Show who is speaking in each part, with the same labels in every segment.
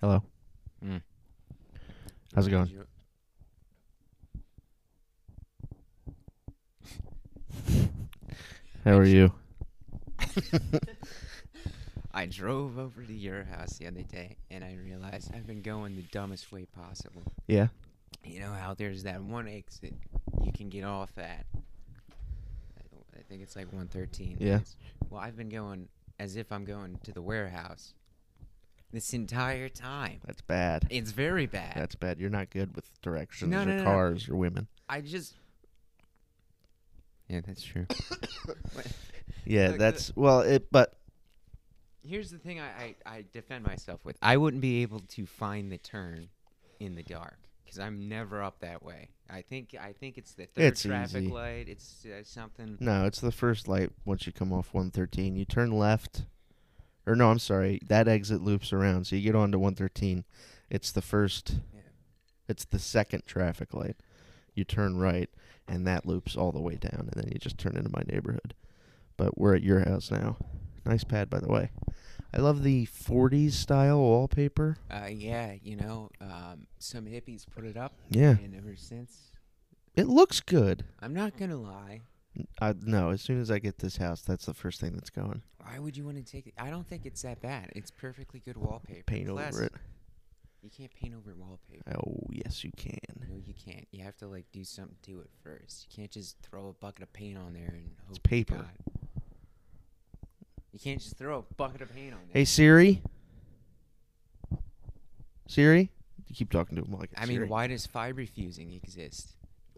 Speaker 1: Hello. Hmm.
Speaker 2: Mm.
Speaker 1: How's it going?
Speaker 2: You-
Speaker 1: How are you?
Speaker 2: I drove over to your house the other day and I realized I've been going the dumbest way possible.
Speaker 1: Yeah.
Speaker 2: You know how there's that one exit you can get off at. I don't- I think it's like 113.
Speaker 1: Yeah.
Speaker 2: It's- Well, I've been going as if I'm going to the warehouse this entire time.
Speaker 1: That's bad.
Speaker 2: It's very bad.
Speaker 1: That's bad. You're not good with directions
Speaker 2: No,
Speaker 1: or
Speaker 2: no, no, no.
Speaker 1: cars or women.
Speaker 2: I just. Yeah, that's true. But
Speaker 1: Yeah,
Speaker 2: Look, the-
Speaker 1: that's well. It but
Speaker 2: Here's the thing I, I, I defend myself with. I wouldn't be able to find the turn in the dark because I'm never up that way. I think I think it's the third
Speaker 1: It's
Speaker 2: traffic
Speaker 1: easy.
Speaker 2: light. It's uh, something.
Speaker 1: no, it's the first light. Once you come off 113, you turn left, or no, I'm sorry, that exit loops around, so you get onto 113. It's the first.
Speaker 2: Yeah.
Speaker 1: It's the second traffic light. You turn right, and that loops all the way down, and then you just turn into my neighborhood. But we're at your house now. Nice pad, by the way. I love the 40s style wallpaper.
Speaker 2: Uh, yeah, you know, um, some hippies put it up.
Speaker 1: Yeah,
Speaker 2: And ever since,
Speaker 1: it looks good.
Speaker 2: I'm not gonna lie.
Speaker 1: I, no, as soon as I get this house, that's the first thing that's going.
Speaker 2: Why would you want to take it? I don't think it's that bad. It's perfectly good wallpaper.
Speaker 1: Paint
Speaker 2: Plus,
Speaker 1: over it.
Speaker 2: You can't paint over wallpaper.
Speaker 1: Oh, yes, you can.
Speaker 2: No, you can't. You have to like do something to it first. You can't just throw a bucket of paint on there and hope to
Speaker 1: paper.
Speaker 2: God. You can't just throw a bucket of paint on there.
Speaker 1: Hey Siri. Siri, you keep talking to him like it's
Speaker 2: I mean,
Speaker 1: Siri.
Speaker 2: why does fiber fusing exist?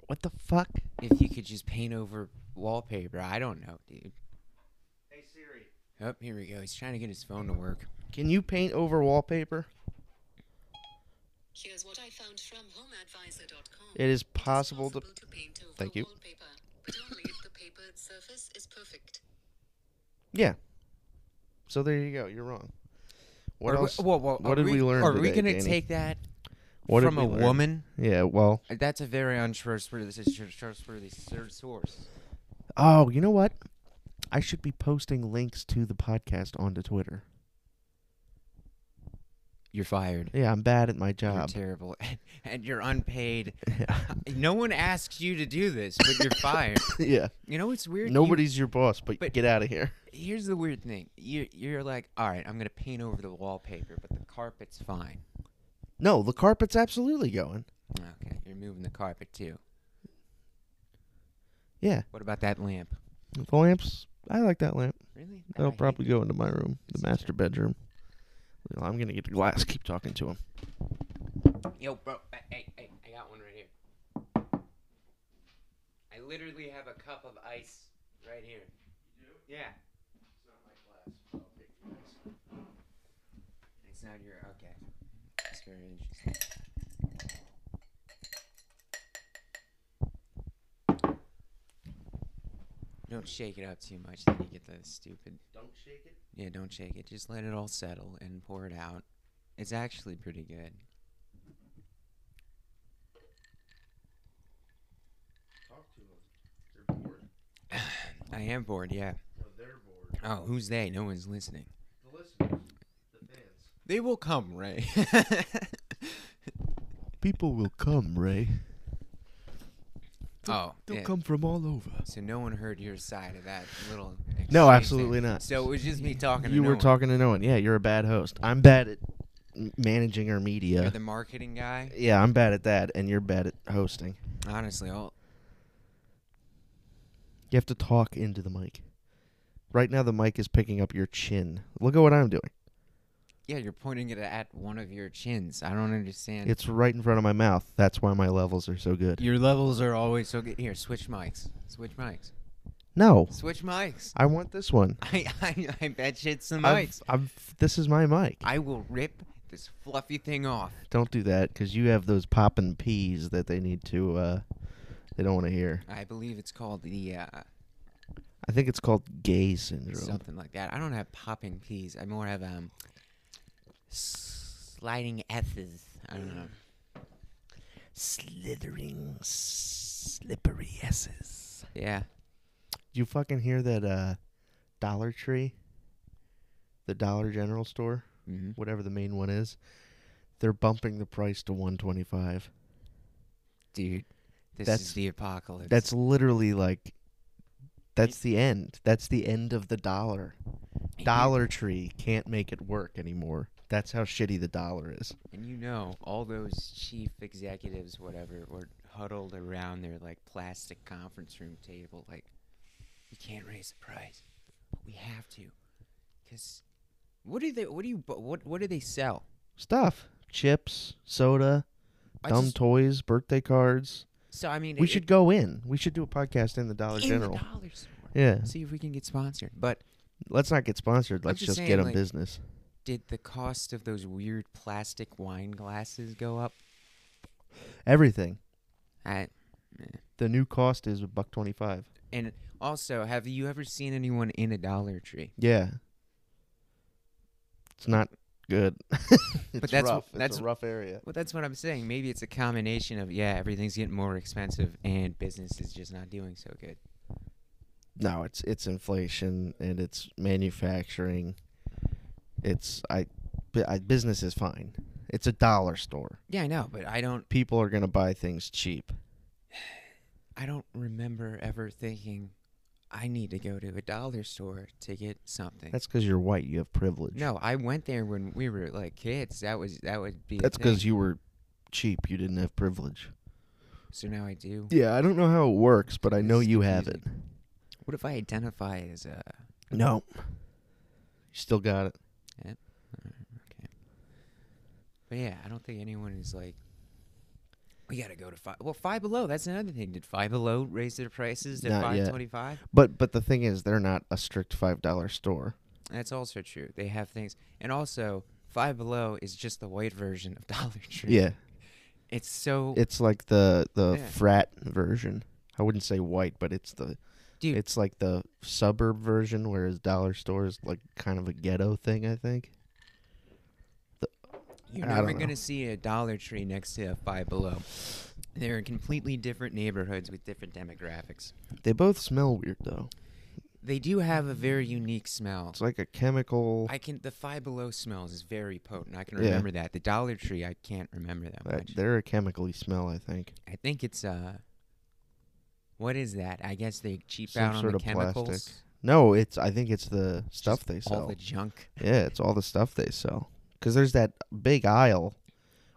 Speaker 1: What the fuck?
Speaker 2: If you could just paint over wallpaper, I don't know, dude.
Speaker 1: Hey Siri,
Speaker 2: Oh, here we go. He's trying to get his phone to work.
Speaker 1: can you paint over wallpaper?
Speaker 3: Here's what I found from homeadvisor.com.
Speaker 1: It is
Speaker 3: It is
Speaker 1: possible to.
Speaker 3: to paint over
Speaker 1: Thank you.
Speaker 3: wallpaper, but only if the papered surface is perfect.
Speaker 1: Yeah. So there you go. You're wrong. What
Speaker 2: Are we-
Speaker 1: else?
Speaker 2: whoa, whoa,
Speaker 1: what did
Speaker 2: are
Speaker 1: we learn
Speaker 2: Are we
Speaker 1: today,
Speaker 2: gonna
Speaker 1: Danny?
Speaker 2: take that
Speaker 1: What did
Speaker 2: from
Speaker 1: we
Speaker 2: a
Speaker 1: learn?
Speaker 2: woman?
Speaker 1: Yeah. Well.
Speaker 2: Uh, That's a very untrustworthy, this is tr- trustworthy third source.
Speaker 1: Oh, you know what? I should be posting links to the podcast onto Twitter.
Speaker 2: You're fired.
Speaker 1: Yeah, I'm bad at my
Speaker 2: You're
Speaker 1: job.
Speaker 2: terrible, and you're unpaid. Uh,
Speaker 1: Yeah.
Speaker 2: No one asks you to do this, but you're fired.
Speaker 1: yeah.
Speaker 2: You know what's weird? You-
Speaker 1: Nobody's your boss, but,
Speaker 2: but-
Speaker 1: get out of here.
Speaker 2: here's the weird thing. You you're like, all right, I'm gonna paint over the wallpaper, but the carpet's fine.
Speaker 1: No, the carpet's absolutely going.
Speaker 2: Okay, you're moving the carpet too.
Speaker 1: Yeah,
Speaker 2: What about that lamp?
Speaker 1: the lamps. I like that lamp.
Speaker 2: Really? That
Speaker 1: That'll
Speaker 2: I hate.
Speaker 1: probably go into my room,
Speaker 2: It's
Speaker 1: the master bedroom. Well, I'm gonna get the glass. Keep talking to him.
Speaker 2: Yo, bro. uh, Hey, hey, I got one right here. I literally have a cup of ice right here. You do? Yeah. It's not your okay. That's very interesting. Don't shake it up too much, then you get the stupid.
Speaker 1: Don't shake it.
Speaker 2: Yeah, don't shake it. Just let it all settle and pour it out. It's actually pretty good.
Speaker 1: Talk to them. They're bored.
Speaker 2: I am bored, yeah.
Speaker 1: No, they're bored.
Speaker 2: Oh, who's they? No one's listening.
Speaker 1: The listeners, the fans.
Speaker 2: They will come, Ray.
Speaker 1: People will come, Ray.
Speaker 2: oh,
Speaker 1: They'll
Speaker 2: yeah.
Speaker 1: come from all over.
Speaker 2: So no one heard your side of that little.
Speaker 1: No,
Speaker 2: exchange
Speaker 1: absolutely
Speaker 2: there.
Speaker 1: not.
Speaker 2: So it was just me talking. to
Speaker 1: You
Speaker 2: no
Speaker 1: were
Speaker 2: one.
Speaker 1: talking to no one. Yeah, you're a bad host. I'm bad at m- managing our
Speaker 2: You're
Speaker 1: media.
Speaker 2: the marketing guy.
Speaker 1: Yeah, I'm bad at that, and you're bad at hosting.
Speaker 2: Honestly, all
Speaker 1: You have to talk into the mic. Right now, the mic is picking up your chin. Look at what I'm doing.
Speaker 2: yeah, you're pointing it at one of your chins. I don't understand.
Speaker 1: It's right in front of my mouth. That's why my levels are so good.
Speaker 2: your levels are always so good. Here, switch mics. Switch mics.
Speaker 1: No,
Speaker 2: Switch mics.
Speaker 1: I want this one.
Speaker 2: I I, I bet shit's the
Speaker 1: I've-
Speaker 2: mics.
Speaker 1: I've- this is my mic.
Speaker 2: I will rip this fluffy thing off.
Speaker 1: Don't do that, because you have those poppin' peas that they need to. uh They don't want to hear.
Speaker 2: I believe it's called the uh,
Speaker 1: I think it's called gay syndrome.
Speaker 2: something like that. I don't have popping peas. I more have um sliding s's. I don't know.
Speaker 1: Slithering, slippery s's.
Speaker 2: Yeah.
Speaker 1: Do you fucking hear that? uh Dollar Tree, the Dollar General store.
Speaker 2: Mm-hmm.
Speaker 1: whatever the main one is, They're bumping the price to 125.
Speaker 2: dude. This
Speaker 1: That's-
Speaker 2: is the apocalypse.
Speaker 1: That's literally like that's the end. That's the end of the dollar.
Speaker 2: And you-
Speaker 1: Dollar Tree can't make it work anymore. That's how shitty the dollar is.
Speaker 2: And you know, all those chief executives, whatever, were huddled around their like plastic conference room table, like, we can't raise the price, but we have to, because what do they? What do you? bu- What what do they sell?
Speaker 1: Stuff, chips, soda,
Speaker 2: I
Speaker 1: dumb
Speaker 2: just-
Speaker 1: toys, birthday cards.
Speaker 2: so I mean,
Speaker 1: We
Speaker 2: it-
Speaker 1: should go in. We should do a podcast in the Dollar
Speaker 2: in
Speaker 1: General.
Speaker 2: the dollar store.
Speaker 1: yeah.
Speaker 2: See if we can get sponsored. But
Speaker 1: Let's not get sponsored.
Speaker 2: I'm
Speaker 1: Let's
Speaker 2: just
Speaker 1: just, get
Speaker 2: saying,
Speaker 1: on
Speaker 2: like-
Speaker 1: business.
Speaker 2: did the cost of those weird plastic wine glasses go up?
Speaker 1: Everything.
Speaker 2: I,
Speaker 1: The new cost is a buck 25.
Speaker 2: and also, have you ever seen anyone in a Dollar Tree?
Speaker 1: Yeah. It's not good. but
Speaker 2: that's
Speaker 1: rough.
Speaker 2: wh- that's-
Speaker 1: it's a rough area.
Speaker 2: Well, that's what I'm saying. Maybe it's a combination of yeah, everything's getting more expensive, and business is just not doing so good.
Speaker 1: No, it's it's inflation and it's manufacturing. It's I, bu- I business is fine. It's a dollar store.
Speaker 2: Yeah, I know, but I don't.
Speaker 1: People are gonna buy things cheap.
Speaker 2: I don't remember ever thinking I need to go to a dollar store to get something.
Speaker 1: That's because you're white. You have privilege.
Speaker 2: no, I went there when we were like kids. That was that would be. a
Speaker 1: that's
Speaker 2: thing.
Speaker 1: because you were cheap. You didn't have privilege.
Speaker 2: So now I do.
Speaker 1: Yeah, I don't know how it works, but I know
Speaker 2: It's
Speaker 1: you have it.
Speaker 2: confusing. What if I identify as a?
Speaker 1: No, you still got it.
Speaker 2: But yeah, I don't think anyone is like. We gotta go to five. Well, five below. That's another thing. Did five below raise their prices to
Speaker 1: Not yet.
Speaker 2: five twenty-five?
Speaker 1: But but the thing is, they're not a strict five dollar store.
Speaker 2: That's also true. They have things, and also Five Below is just the white version of Dollar Tree.
Speaker 1: Yeah,
Speaker 2: it's so
Speaker 1: it's like the the
Speaker 2: Yeah.
Speaker 1: frat version. I wouldn't say white, but it's the
Speaker 2: dude.
Speaker 1: It's like the suburb version, whereas dollar store is like kind of a ghetto thing. I think.
Speaker 2: you're
Speaker 1: I
Speaker 2: never
Speaker 1: don't know.
Speaker 2: gonna see a Dollar Tree next to a Five Below. They're in completely different neighborhoods with different demographics.
Speaker 1: They both smell weird though.
Speaker 2: They do have a very unique smell.
Speaker 1: It's like a chemical.
Speaker 2: I can the Five Below smells is very potent. I can
Speaker 1: Yeah.
Speaker 2: remember that. The Dollar Tree, I can't remember that
Speaker 1: that-
Speaker 2: much.
Speaker 1: uh, they're a chemically smell. I think
Speaker 2: I think it's uh, what is that? I guess they cheap
Speaker 1: Some
Speaker 2: out on
Speaker 1: sort
Speaker 2: the
Speaker 1: of plastic.
Speaker 2: chemicals.
Speaker 1: no. It's I think it's the stuff
Speaker 2: Just
Speaker 1: they
Speaker 2: All
Speaker 1: sell.
Speaker 2: the junk.
Speaker 1: yeah, it's all the stuff they sell. Because there's that big aisle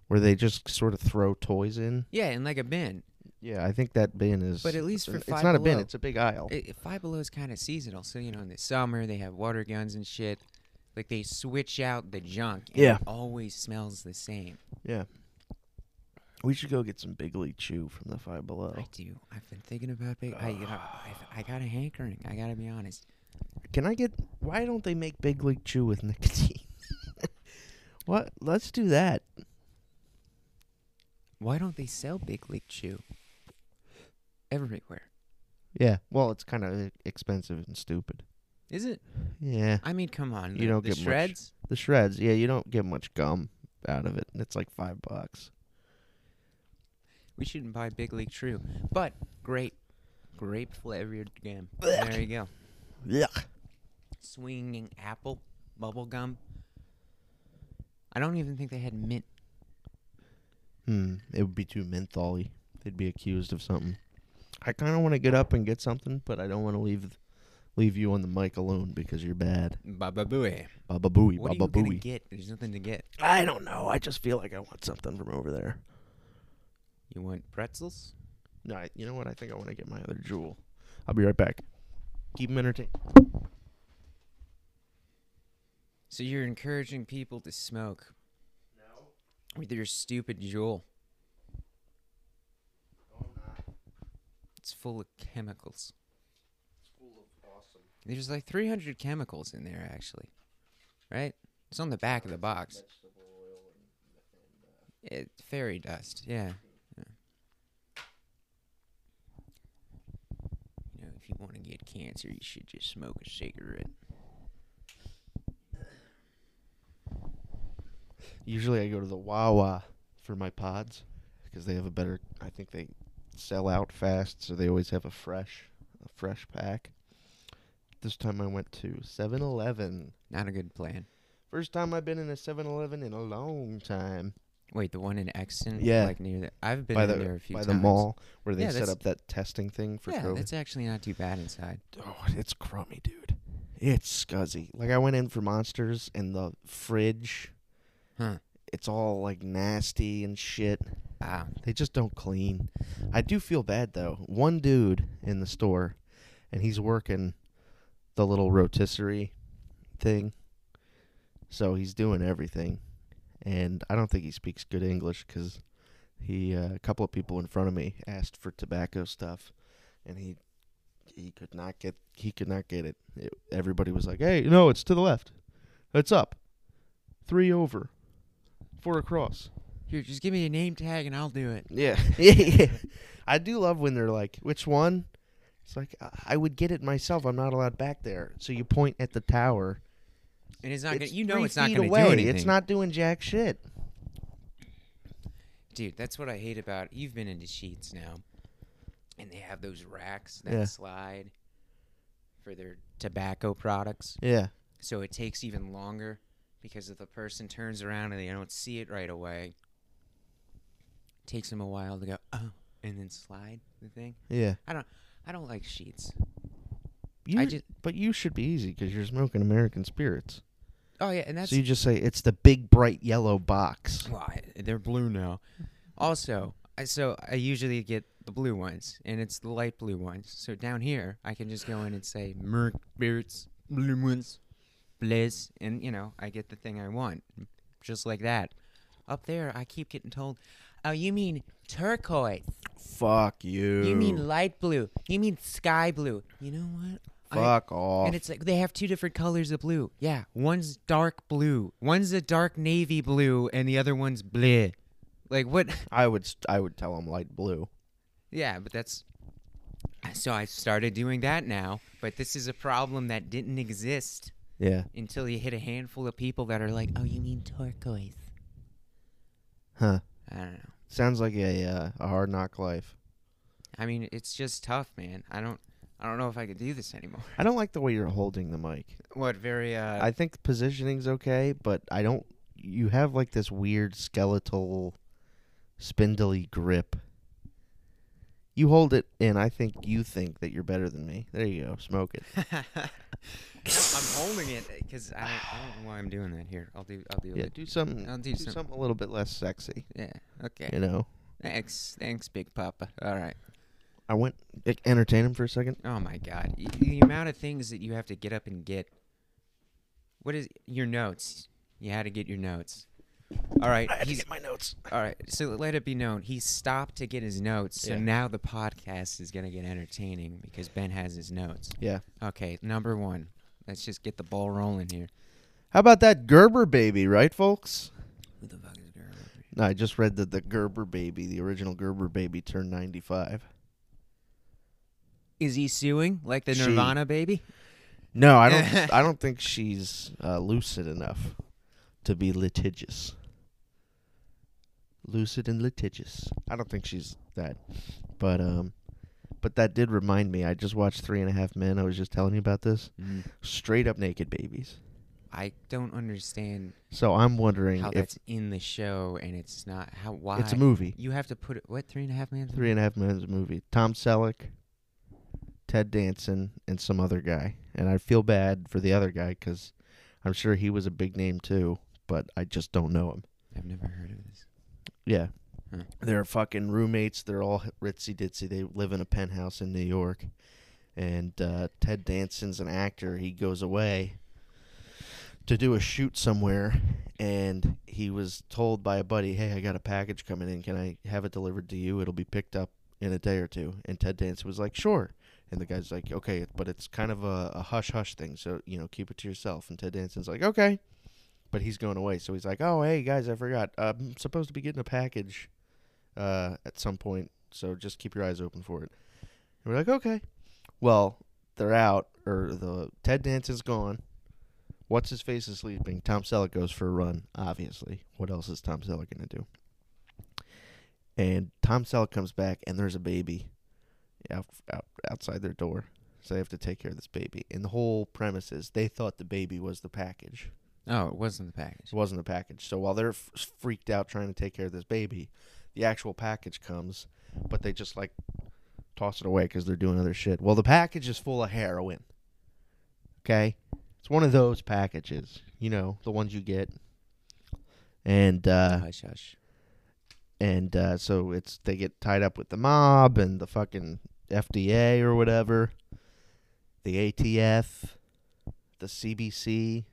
Speaker 1: where they just sort of throw toys in.
Speaker 2: Yeah, and like a bin.
Speaker 1: Yeah, I think that bin is.
Speaker 2: But at least for
Speaker 1: it's
Speaker 2: Five
Speaker 1: not a bin.
Speaker 2: Below-
Speaker 1: It's a big aisle.
Speaker 2: It, it- Five Below is kind of seasonal, so you know in the summer they have water guns and shit. Like they switch out the junk. And
Speaker 1: Yeah.
Speaker 2: It always smells the same.
Speaker 1: yeah. We should go get some Big League Chew from the Five Below.
Speaker 2: I do. I've been thinking about big. I, you know, I've, I got a hankering. I gotta be honest.
Speaker 1: Can I get? Why don't they make Big League Chew with nicotine? what? Let's do that.
Speaker 2: Why don't they sell Big League Chew everywhere?
Speaker 1: Yeah. Well, it's kind of expensive and stupid.
Speaker 2: Is it?
Speaker 1: Yeah.
Speaker 2: I mean, come on.
Speaker 1: You
Speaker 2: the-
Speaker 1: don't
Speaker 2: the
Speaker 1: get much.
Speaker 2: shreds.
Speaker 1: The shreds. Yeah, you don't get much gum out of it. It's like five bucks.
Speaker 2: We shouldn't buy Big League Chew, but grape, grape flavored gum. There you go.
Speaker 1: Yeah.
Speaker 2: Swinging apple, bubble gum. I don't even think they had mint.
Speaker 1: Hmm. It would be too mentholy. They'd be accused of something. I kind of want to get up and get something, but I don't want to leave leave you on the mic alone because you're bad.
Speaker 2: Baba Booey.
Speaker 1: Baba booey,
Speaker 2: What are
Speaker 1: baba
Speaker 2: you gonna
Speaker 1: booey.
Speaker 2: get? There's nothing to get.
Speaker 1: I don't know. I just feel like I want something from over there.
Speaker 2: You want pretzels?
Speaker 1: No, I, you know what? I think I want to get my other jewel. I'll be right back. Keep them entertained.
Speaker 2: So you're encouraging people to smoke? No. With your stupid jewel. It's full of chemicals. There's like 300 chemicals in there, actually. Right? It's on the back of the box. It, fairy dust, yeah. yeah. You know, if you want to get cancer, you should just smoke a cigarette.
Speaker 1: Usually I go to the Wawa for my pods because they have a better. I think they sell out fast, so they always have a fresh, a fresh pack. This time I went to 7-Eleven.
Speaker 2: Not a good plan.
Speaker 1: First time I've been in a 7-Eleven in a long time.
Speaker 2: Wait, the one in Exton?
Speaker 1: Yeah.
Speaker 2: Like near the. I've been
Speaker 1: by
Speaker 2: in
Speaker 1: the
Speaker 2: there a few
Speaker 1: by
Speaker 2: times.
Speaker 1: the mall where they
Speaker 2: Yeah,
Speaker 1: set
Speaker 2: that's-
Speaker 1: up that testing thing for
Speaker 2: yeah,
Speaker 1: COVID.
Speaker 2: that's actually not too bad inside.
Speaker 1: oh, it's crummy, dude. It's scuzzy. Like I went in for monsters and the fridge,
Speaker 2: Huh.
Speaker 1: it's all like nasty and shit.
Speaker 2: Wow.
Speaker 1: They just don't clean. I do feel bad though. One dude in the store, and he's working the little rotisserie thing. So he's doing everything, and I don't think he speaks good English because he uh, a couple of people in front of me asked for tobacco stuff, and he he could not get he could not get it. it everybody was like, "Hey, no, it's to the left, it's up, three over, four across."
Speaker 2: Here, just give me a name tag and I'll do it.
Speaker 1: Yeah. yeah. I do love when they're like, which one? It's like, I- I would get it myself. I'm not allowed back there. So you point at the tower.
Speaker 2: And it's not
Speaker 1: It's
Speaker 2: gonna. You know,
Speaker 1: three
Speaker 2: it's not
Speaker 1: feet
Speaker 2: gonna
Speaker 1: away.
Speaker 2: do anything.
Speaker 1: It's not doing jack shit.
Speaker 2: Dude, that's what I hate about. You've been into Sheets now, and they have those racks that
Speaker 1: Yeah.
Speaker 2: slide for their tobacco products.
Speaker 1: Yeah.
Speaker 2: So it takes even longer because if the person turns around and they don't see it right away, it takes them a while to go oh, and then slide the thing.
Speaker 1: Yeah.
Speaker 2: I don't like Sheets.
Speaker 1: You,
Speaker 2: I just
Speaker 1: but you should be easy because you're smoking American spirits.
Speaker 2: oh yeah, and that's
Speaker 1: so you just say, it's the big, bright yellow box.
Speaker 2: Well, I- they're blue now. Also, I, so I usually get the blue ones, and it's the light blue ones. So down here, I can just go in and say Merc Beards Blue Ones, Blaze, and you know I get the thing I want, just like that. Up there, I keep getting told, "Oh, you mean turquoise?
Speaker 1: Fuck you.
Speaker 2: You mean light blue? You mean sky blue? You know what? I-
Speaker 1: Fuck off.
Speaker 2: and it's like they have two different colors of blue. Yeah, one's dark blue, one's a dark navy blue, and the other one's bleh. Like what?
Speaker 1: I would st- I would tell them light blue.
Speaker 2: Yeah, but that's. So I started doing that now, but this is a problem that didn't exist
Speaker 1: Yeah.
Speaker 2: until you hit a handful of people that are like, "Oh, you mean turquoise?"
Speaker 1: Huh.
Speaker 2: I don't know.
Speaker 1: Sounds like a uh, a hard knock life.
Speaker 2: I mean, it's just tough, man. I don't. I don't know if I could do this anymore.
Speaker 1: I don't like the way you're holding the mic.
Speaker 2: What very uh
Speaker 1: I think positioning's okay, but I don't. You have like this weird skeletal, spindly grip. You hold it, and I think you think that you're better than me. There you go. Smoke it.
Speaker 2: No, I'm holding it because I, don't- I don't know why I'm doing that here. I'll do. I'll do
Speaker 1: Yeah,
Speaker 2: it.
Speaker 1: do something.
Speaker 2: I'll do
Speaker 1: do
Speaker 2: some-
Speaker 1: something a little bit less sexy.
Speaker 2: Yeah. Okay.
Speaker 1: You know.
Speaker 2: Thanks. Thanks, Big Papa. All right.
Speaker 1: I went like, entertain him for a second.
Speaker 2: Oh my God. Y- the amount of things that you have to get up and get. What is your notes? You had to get your notes. All right. He's,
Speaker 1: my notes.
Speaker 2: all right. So let it be known. He stopped to get his notes. So
Speaker 1: Yeah.
Speaker 2: now the podcast is going to get entertaining because Ben has his notes.
Speaker 1: Yeah.
Speaker 2: Okay. Number one. Let's just get the ball rolling here.
Speaker 1: How about that Gerber baby, right, folks?
Speaker 2: Who the fuck is girl?
Speaker 1: No, I just read that the Gerber baby, the original Gerber baby, turned 95.
Speaker 2: Is he suing like the
Speaker 1: She-
Speaker 2: Nirvana baby?
Speaker 1: No, I don't. I don't think she's uh, lucid enough to be litigious. Lucid and litigious. I don't think she's that. But um, but that did remind me. I just watched Three and a Half Men. I was just telling you about this. Straight up naked babies.
Speaker 2: I don't understand
Speaker 1: So I'm wondering
Speaker 2: how
Speaker 1: if
Speaker 2: that's in the show and it's not how why
Speaker 1: it's a movie.
Speaker 2: You have to put it what three and a half man
Speaker 1: Three and a Half Men's a movie. Tom Selleck, Ted Danson, and some other guy. And I feel bad for the other guy because I'm sure he was a big name too, but I just don't know him.
Speaker 2: I've never heard of this.
Speaker 1: Yeah.
Speaker 2: Huh.
Speaker 1: They're fucking roommates. They're all ritzy ditzy. They live in a penthouse in New York. And uh, Ted Danson's an actor. He goes away to do a shoot somewhere. And he was told by a buddy, hey, I got a package coming in. Can I have it delivered to you? It'll be picked up in a day or two. And Ted Danson was like, sure. And the guy's like, okay, but it's kind of a, a hush hush thing. So, you know, keep it to yourself. And Ted Danson's like, okay but he's going away. So he's like, "Oh, hey guys, I forgot. Uh, I'm supposed to be getting a package uh, at some point, so just keep your eyes open for it." And we're like, "Okay." Well, they're out, or the Ted Danson's gone. What's his face is sleeping. Tom Selleck goes for a run. Obviously, what else is Tom Selleck gonna do? And Tom Selleck comes back, and there's a baby out, out outside their door. So they have to take care of this baby. And the whole premise is they thought the baby was the package.
Speaker 2: No, Oh, it wasn't the package.
Speaker 1: It wasn't a package. So while they're f- freaked out trying to take care of this baby, the actual package comes, but they just like toss it away because they're doing other shit. Well, the package is full of heroin. Okay, it's one of those packages, you know, the ones you get. And uh,
Speaker 2: hush, hush.
Speaker 1: and uh, so it's they get tied up with the mob and the fucking FDA or whatever, the ATF, the CBC.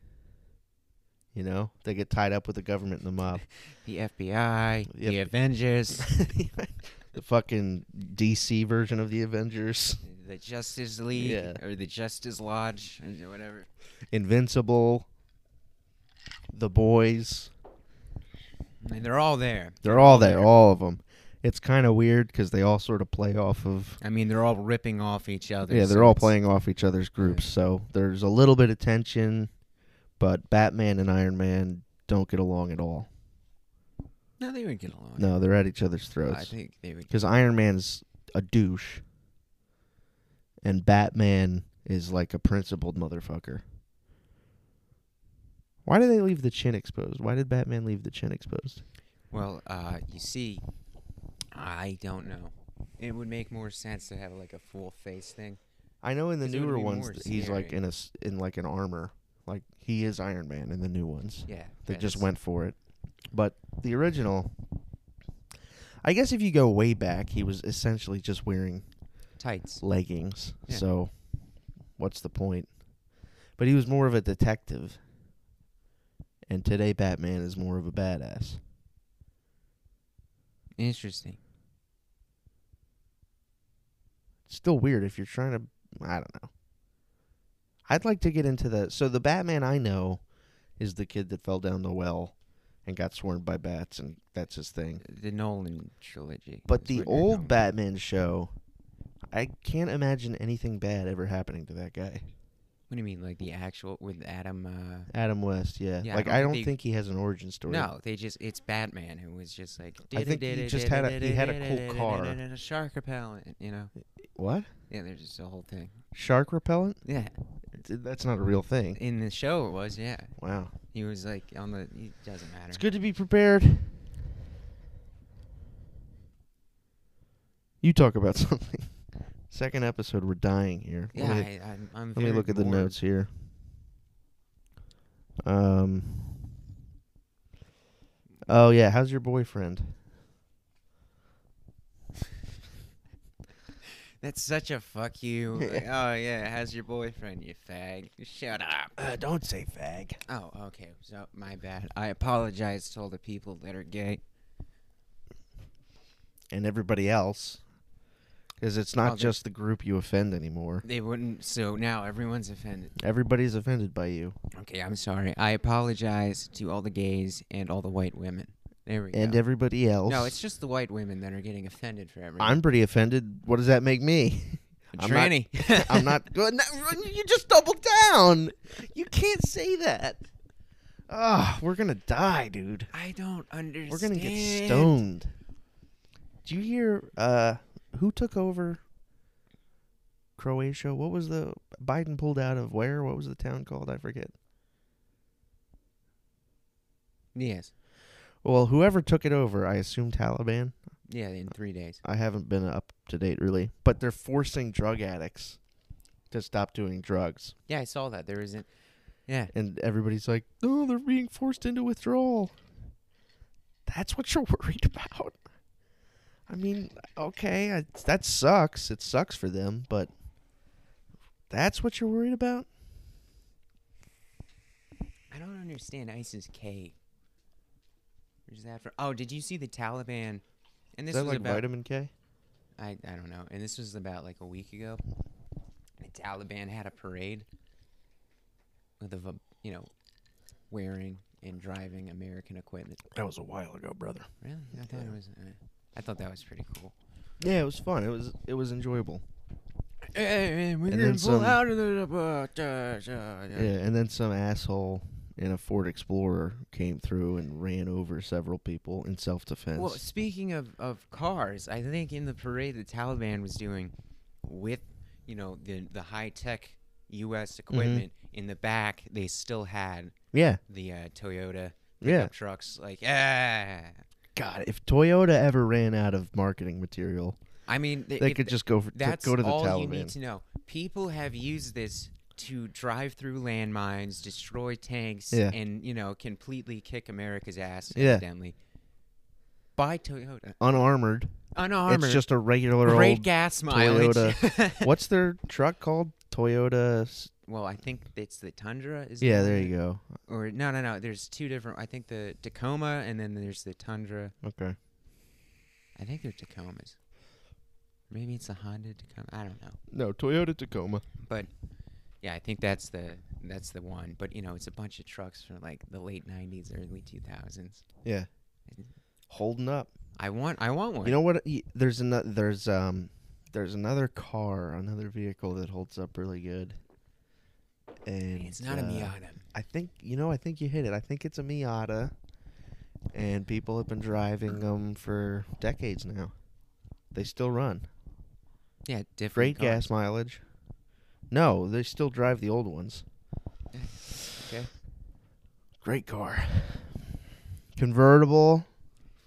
Speaker 1: You know, they get tied up with the government and the mob,
Speaker 2: The FBI,
Speaker 1: Yep.
Speaker 2: the Avengers,
Speaker 1: the fucking DC version of the Avengers,
Speaker 2: the Justice League,
Speaker 1: Yeah.
Speaker 2: or the Justice Lodge, or whatever.
Speaker 1: Invincible, the boys.
Speaker 2: I mean, they're all there.
Speaker 1: They're all there, all of them. It's kind of weird because they all sort of play off of
Speaker 2: I mean, they're all ripping off each other.
Speaker 1: Yeah,
Speaker 2: so
Speaker 1: they're all
Speaker 2: it's-
Speaker 1: playing off each other's groups, so there's a little bit of tension, but Batman and Iron Man don't get along at all.
Speaker 2: No, they would get along.
Speaker 1: No, they're at each other's
Speaker 2: Oh, I
Speaker 1: throats.
Speaker 2: think they would.
Speaker 1: Because Iron Man's a douche, and Batman is like a principled motherfucker. Why did they leave the chin exposed? Why did Batman leave the chin exposed?
Speaker 2: Well, uh, you see, I don't know. It would make more sense to have like a full face thing.
Speaker 1: I know in the
Speaker 2: 'Cause it would
Speaker 1: newer
Speaker 2: be
Speaker 1: ones
Speaker 2: more
Speaker 1: th- he's like
Speaker 2: scary.
Speaker 1: in a s- in like an armor, like he is Iron Man in the new ones.
Speaker 2: Yeah.
Speaker 1: They
Speaker 2: that
Speaker 1: just
Speaker 2: is-
Speaker 1: went for it. But the original, I guess if you go way back, he was essentially just wearing
Speaker 2: tights.
Speaker 1: leggings.
Speaker 2: Yeah.
Speaker 1: So what's the point? But he was more of a detective. And today, Batman is more of a badass.
Speaker 2: Interesting.
Speaker 1: It's still weird if you're trying to. I don't know. I'd like to get into the. So the Batman I know is the kid that fell down the well and got swarmed by bats, and that's his thing.
Speaker 2: The Nolan trilogy.
Speaker 1: But
Speaker 2: is
Speaker 1: the
Speaker 2: what you're
Speaker 1: old
Speaker 2: going-
Speaker 1: Batman show, I can't imagine anything bad ever happening to that guy.
Speaker 2: What do you mean, like the actual with Adam? Uh,
Speaker 1: Adam West, yeah.
Speaker 2: Yeah, I
Speaker 1: like
Speaker 2: don't
Speaker 1: I
Speaker 2: think
Speaker 1: don't
Speaker 2: they-
Speaker 1: think he has an origin story.
Speaker 2: No, they just it's Batman who was just like
Speaker 1: I think he just had a- he had a cool car.
Speaker 2: shark repellent, you know.
Speaker 1: What?
Speaker 2: Yeah, there's just a whole thing.
Speaker 1: Shark repellent?
Speaker 2: Yeah,
Speaker 1: Th- That's not a real thing.
Speaker 2: in the show it was. Yeah,
Speaker 1: Wow.
Speaker 2: he was like on the. It doesn't matter.
Speaker 1: It's good to be prepared. You talk about something. Second episode, we're dying here.
Speaker 2: Yeah,
Speaker 1: Let me,
Speaker 2: I, I'm. I'm
Speaker 1: let me
Speaker 2: very
Speaker 1: look at the
Speaker 2: bored.
Speaker 1: notes here. Um. Oh yeah, how's your boyfriend?
Speaker 2: That's such a fuck you.
Speaker 1: Yeah.
Speaker 2: Like, oh yeah, how's your boyfriend? You fag. Shut up.
Speaker 1: Uh, don't say fag.
Speaker 2: Oh, okay. So my bad. I apologize to all the people that are gay.
Speaker 1: and everybody else because it's not
Speaker 2: Oh, they-
Speaker 1: just the group you offend anymore
Speaker 2: They wouldn't. So now everyone's offended.
Speaker 1: everybody's offended by you
Speaker 2: Okay, I'm sorry. I apologize to all the gays and all the white women. There we
Speaker 1: and
Speaker 2: go.
Speaker 1: everybody else
Speaker 2: no, it's just the white women that are getting offended for everything.
Speaker 1: i'm pretty offended what does that make me
Speaker 2: A
Speaker 1: I'm not-
Speaker 2: tranny.
Speaker 1: i'm not good you just doubled down you can't say that Ah, we're gonna die dude
Speaker 2: I don't understand.
Speaker 1: we're gonna get stoned do you hear uh who took over croatia what was the biden pulled out of where what was the town called i forget
Speaker 2: Yes.
Speaker 1: Well, whoever took it over, I assume Taliban.
Speaker 2: Yeah, in three days.
Speaker 1: I haven't been up to date really, but they're forcing drug addicts to stop doing drugs,
Speaker 2: Yeah, I saw that. There isn't. Yeah.
Speaker 1: and everybody's like, "No, they're being forced into withdrawal." That's what you're worried about. I mean, okay, I, that sucks. It sucks for them, but that's what you're worried about.
Speaker 2: I don't understand ISIS K. Where's that for? Oh, did you see the Taliban? And
Speaker 1: Is
Speaker 2: this
Speaker 1: that
Speaker 2: was
Speaker 1: like
Speaker 2: about
Speaker 1: vitamin K?
Speaker 2: I, I don't know. And this was about like a week ago. The Taliban had a parade with a v- you know wearing and driving American equipment.
Speaker 1: That was a while ago, brother.
Speaker 2: Really? I thought it was. Uh, I thought that was pretty cool.
Speaker 1: Yeah, it was fun. It was it was enjoyable.
Speaker 2: we're
Speaker 1: And gonna then pull some- out
Speaker 2: of the. uh,
Speaker 1: Yeah, and then some asshole in a Ford Explorer came through and ran over several people in self defense.
Speaker 2: Well, speaking of, of cars, I think in the parade the Taliban was doing with,
Speaker 1: Mm-hmm.
Speaker 2: you know, the the high tech U.S. equipment in the back, they still had
Speaker 1: Yeah.
Speaker 2: the uh, Toyota
Speaker 1: Yeah.
Speaker 2: pickup trucks. Like, ah. yeah.
Speaker 1: God, if Toyota ever ran out of marketing material,
Speaker 2: I mean, th-
Speaker 1: they
Speaker 2: if-
Speaker 1: could just go for to-
Speaker 2: that's
Speaker 1: go to the
Speaker 2: all
Speaker 1: Taliban.
Speaker 2: you need to know. People have used this to drive through landmines, destroy tanks,
Speaker 1: Yeah.
Speaker 2: and you know, completely kick America's ass.
Speaker 1: Yeah.
Speaker 2: Evidently, by Toyota,
Speaker 1: Unarmored.
Speaker 2: unarmored,
Speaker 1: It's just a regular
Speaker 2: great
Speaker 1: old.
Speaker 2: gas mileage.
Speaker 1: What's their truck called? Toyota. s-
Speaker 2: Well, I think it's the Tundra. Is
Speaker 1: Yeah, there you go.
Speaker 2: go. Or no, no, no. There's two different. I think the Tacoma, and then there's the Tundra.
Speaker 1: Okay.
Speaker 2: I think they're Tacomas. Maybe it's a Honda Tacoma. I don't know.
Speaker 1: No, Toyota Tacoma.
Speaker 2: But yeah, I think that's the that's the one. But you know, it's a bunch of trucks from like the late '90s, early 2000s.
Speaker 1: Yeah. Holding up.
Speaker 2: I want I want one.
Speaker 1: You know what? y- There's another. There's um. There's another car, another vehicle that holds up really good. And
Speaker 2: it's not a
Speaker 1: uh,
Speaker 2: Miata.
Speaker 1: I think you know. I think you hit it. I think it's a Miata, and people have been driving them for decades now. They still run.
Speaker 2: Oh Yeah, different.
Speaker 1: Great gas mileage. No, they still drive the old ones.
Speaker 2: gas. Okay.
Speaker 1: Great car. Convertible.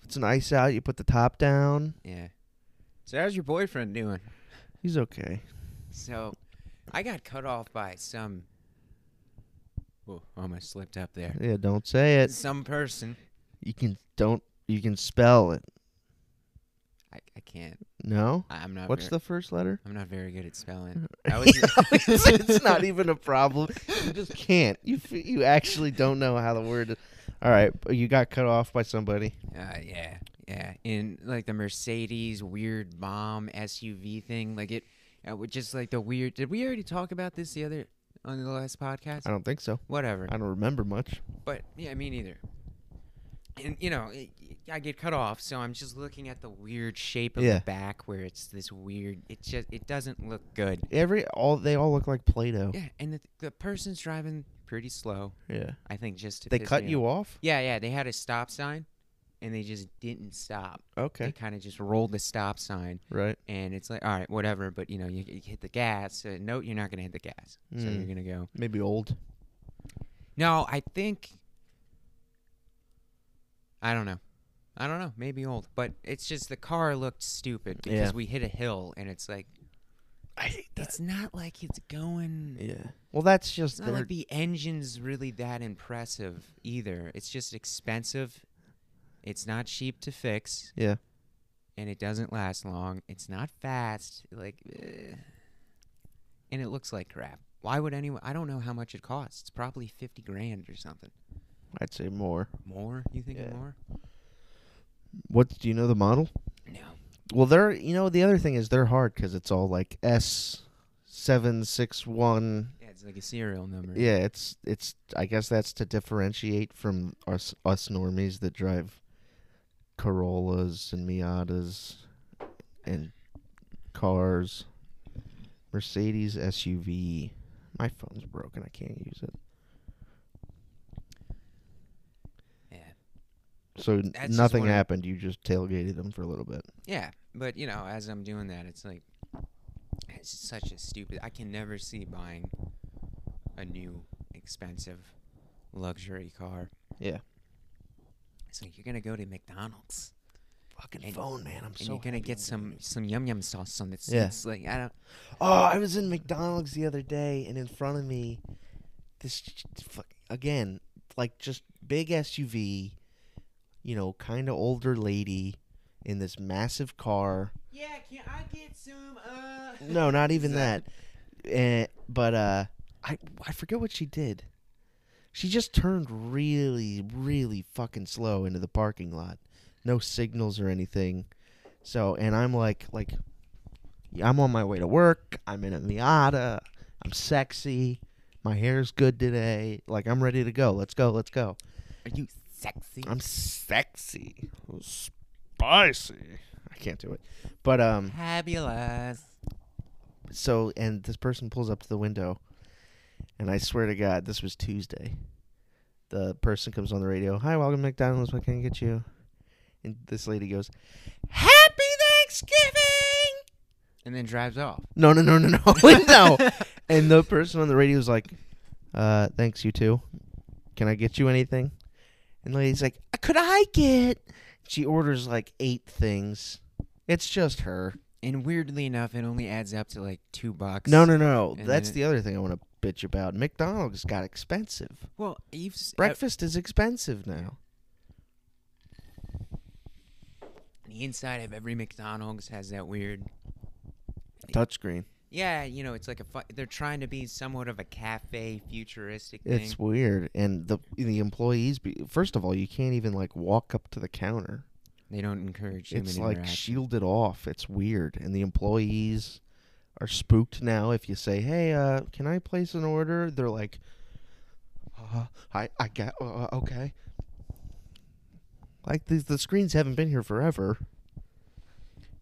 Speaker 1: It's an ice out. You put the top down.
Speaker 2: Yeah. So how's your boyfriend doing?
Speaker 1: He's okay.
Speaker 2: So, I got cut off by some. Oh, almost slipped up there.
Speaker 1: Yeah, don't say it.
Speaker 2: Some person.
Speaker 1: You can don't. You can spell it.
Speaker 2: I, I can't.
Speaker 1: No.
Speaker 2: I- I'm not.
Speaker 1: What's
Speaker 2: very,
Speaker 1: the first letter?
Speaker 2: I'm not very good at spelling. I was-
Speaker 1: it's, it's not even a problem. You just can't. You f- you actually don't know how the word. Is. All right, but you got cut off by somebody.
Speaker 2: Uh, yeah, yeah. In like the Mercedes weird bomb SUV thing, like it, uh, with just like the weird. Did we already talk about this the other on the last podcast?
Speaker 1: I don't think so.
Speaker 2: Whatever.
Speaker 1: I don't remember much.
Speaker 2: But yeah, me neither. And you know, i I get cut off, so I'm just looking at the weird shape of
Speaker 1: Yeah.
Speaker 2: the back where it's this weird. It just it doesn't look good.
Speaker 1: Every all they all look like Play-Doh.
Speaker 2: Yeah, and the, the person's driving pretty slow.
Speaker 1: Yeah.
Speaker 2: I think just to
Speaker 1: They
Speaker 2: piss
Speaker 1: cut
Speaker 2: me
Speaker 1: you
Speaker 2: off.
Speaker 1: off.
Speaker 2: Yeah, yeah. They had a stop sign, and they just didn't stop. They
Speaker 1: Okay.
Speaker 2: kind of just rolled the stop sign,
Speaker 1: Right.
Speaker 2: and it's like, all right, whatever. But you know, you, you hit the gas. Uh, no, you're not gonna hit the gas. So
Speaker 1: Mm.
Speaker 2: you're gonna go.
Speaker 1: Maybe old.
Speaker 2: No, I think. I don't know. I don't know. Maybe old, but it's just the car looked stupid because
Speaker 1: Yeah.
Speaker 2: we hit a hill, and it's like
Speaker 1: I hate
Speaker 2: it's not like it's going.
Speaker 1: Yeah. Well, that's just
Speaker 2: It's not
Speaker 1: their.
Speaker 2: like the engine's really that impressive either. It's just expensive. It's not cheap to fix,
Speaker 1: yeah.
Speaker 2: and it doesn't last long. It's not fast, like, eh. and it looks like crap. Why would anyone? I don't know how much it costs. It's probably fifty grand or something.
Speaker 1: I'd say more.
Speaker 2: More? You think
Speaker 1: Yeah.
Speaker 2: more?
Speaker 1: What do you know the model?
Speaker 2: No.
Speaker 1: Well, they're you know the other thing is they're hard because it's all like S seven six one.
Speaker 2: Yeah, it's like a serial number.
Speaker 1: Yeah, it's it's. I guess that's to differentiate from us us normies that drive Corollas and Miatas and cars. Mercedes SUV. My phone's broken. I can't use it.
Speaker 2: Yeah.
Speaker 1: So n-
Speaker 2: That's just
Speaker 1: nothing
Speaker 2: one of-
Speaker 1: happened. You just tailgated them for a little bit.
Speaker 2: Yeah, but you know, as I'm doing that, it's like it's such a stupid. I can never see buying a new expensive luxury car.
Speaker 1: Yeah.
Speaker 2: It's like you're gonna go to McDonald's
Speaker 1: Fucking
Speaker 2: And-
Speaker 1: phone, man. I'm
Speaker 2: and you're gonna get some some yum yum sauce on this.
Speaker 1: Yeah.
Speaker 2: It's like I don't.
Speaker 1: Oh, I was in McDonald's the other day, and in front of me, this ch- ch- fuck again, like just big SUV, you know, kind of older lady in this massive car.
Speaker 2: Yeah, can I get some? Uh...
Speaker 1: No, not even that. Eh, but uh, I I forget what she did. She just turned really, really fucking slow into the parking lot. No signals or anything. So, and I'm like, like, I'm on my way to work. I'm in a Miata. I'm sexy. My hair's good today. Like, I'm ready to go. Let's go. Let's go.
Speaker 2: Are you sexy?
Speaker 1: I'm sexy. Spicy. I can't do it. But, um,
Speaker 2: fabulous.
Speaker 1: so and this person pulls up to the window and i swear to god this was tuesday the person comes on the radio hi welcome to mcdonald's what can i get you and this lady goes happy thanksgiving
Speaker 2: And then drives off.
Speaker 1: no no no no no no and the person on the radio is like uh thanks you too Can I get you anything? And the lady's like, Could I get? She orders like eight things. It's just her.
Speaker 2: And weirdly enough, it only adds up to like two bucks.
Speaker 1: No, no, no.
Speaker 2: And
Speaker 1: That's
Speaker 2: then-
Speaker 1: the other thing I want to bitch about. McDonald's got expensive.
Speaker 2: Well, you've s- uh,
Speaker 1: Breakfast is expensive now.
Speaker 2: the inside of every McDonald's has that weird.
Speaker 1: Touchscreen.
Speaker 2: Yeah, you know, it's like a. Fu- they're trying to be somewhat of a cafe futuristic thing.
Speaker 1: It's weird, and the the employees. Be, first of all, you can't even like walk up to the counter.
Speaker 2: they don't encourage human
Speaker 1: It's like
Speaker 2: interaction.
Speaker 1: shielded off. It's weird, and the employees are spooked now. If you say, "Hey, uh, can I place an order?" They're like, uh, "I I got uh, okay." Like the the screens haven't been here forever.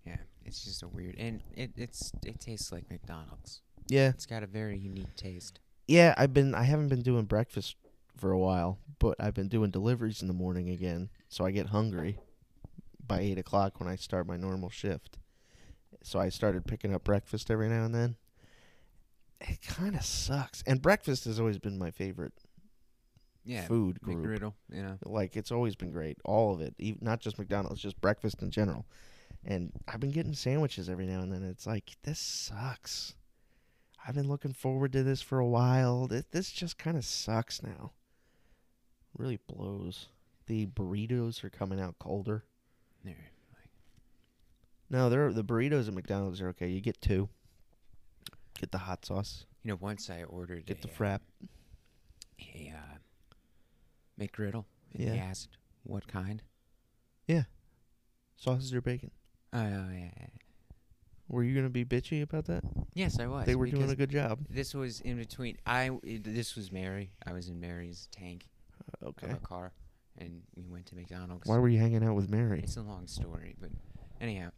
Speaker 2: yeah, it's just a weird, and it it's it tastes like McDonald's.
Speaker 1: Yeah,
Speaker 2: It's got a very unique taste.
Speaker 1: yeah. I've been I haven't been doing breakfast for a while, but I've been doing deliveries in the morning again, so I get hungry by eight o'clock when I start my normal shift. So I started picking up breakfast every now and then. It kind of sucks, and breakfast has always been my favorite
Speaker 2: Yeah,
Speaker 1: food group.
Speaker 2: McGriddle. You know,
Speaker 1: Like it's always been great, all of it, even, not just McDonald's, just breakfast in general. And I've been getting sandwiches every now and then. It's like this sucks. I've been looking forward to this for a while. This, this just kind of sucks now. Really blows. The burritos are coming out colder.
Speaker 2: There, like,
Speaker 1: No, they're the burritos at McDonald's are okay. You get two. Get the hot sauce.
Speaker 2: you know, once I ordered
Speaker 1: Get the
Speaker 2: a, uh,
Speaker 1: frap.
Speaker 2: a uh, McGriddle, and
Speaker 1: Yeah.
Speaker 2: they asked what kind.
Speaker 1: Sausage or bacon.
Speaker 2: Oh yeah, yeah, yeah.
Speaker 1: Were you gonna be bitchy about that?
Speaker 2: yes, I was.
Speaker 1: They were
Speaker 2: because
Speaker 1: doing a good job.
Speaker 2: This was in between. I it- this was Mary. I was in Mary's tank
Speaker 1: Okay.
Speaker 2: of a car, and we went to McDonald's.
Speaker 1: Why were you hanging out with Mary?
Speaker 2: It's a long story, but anyhow,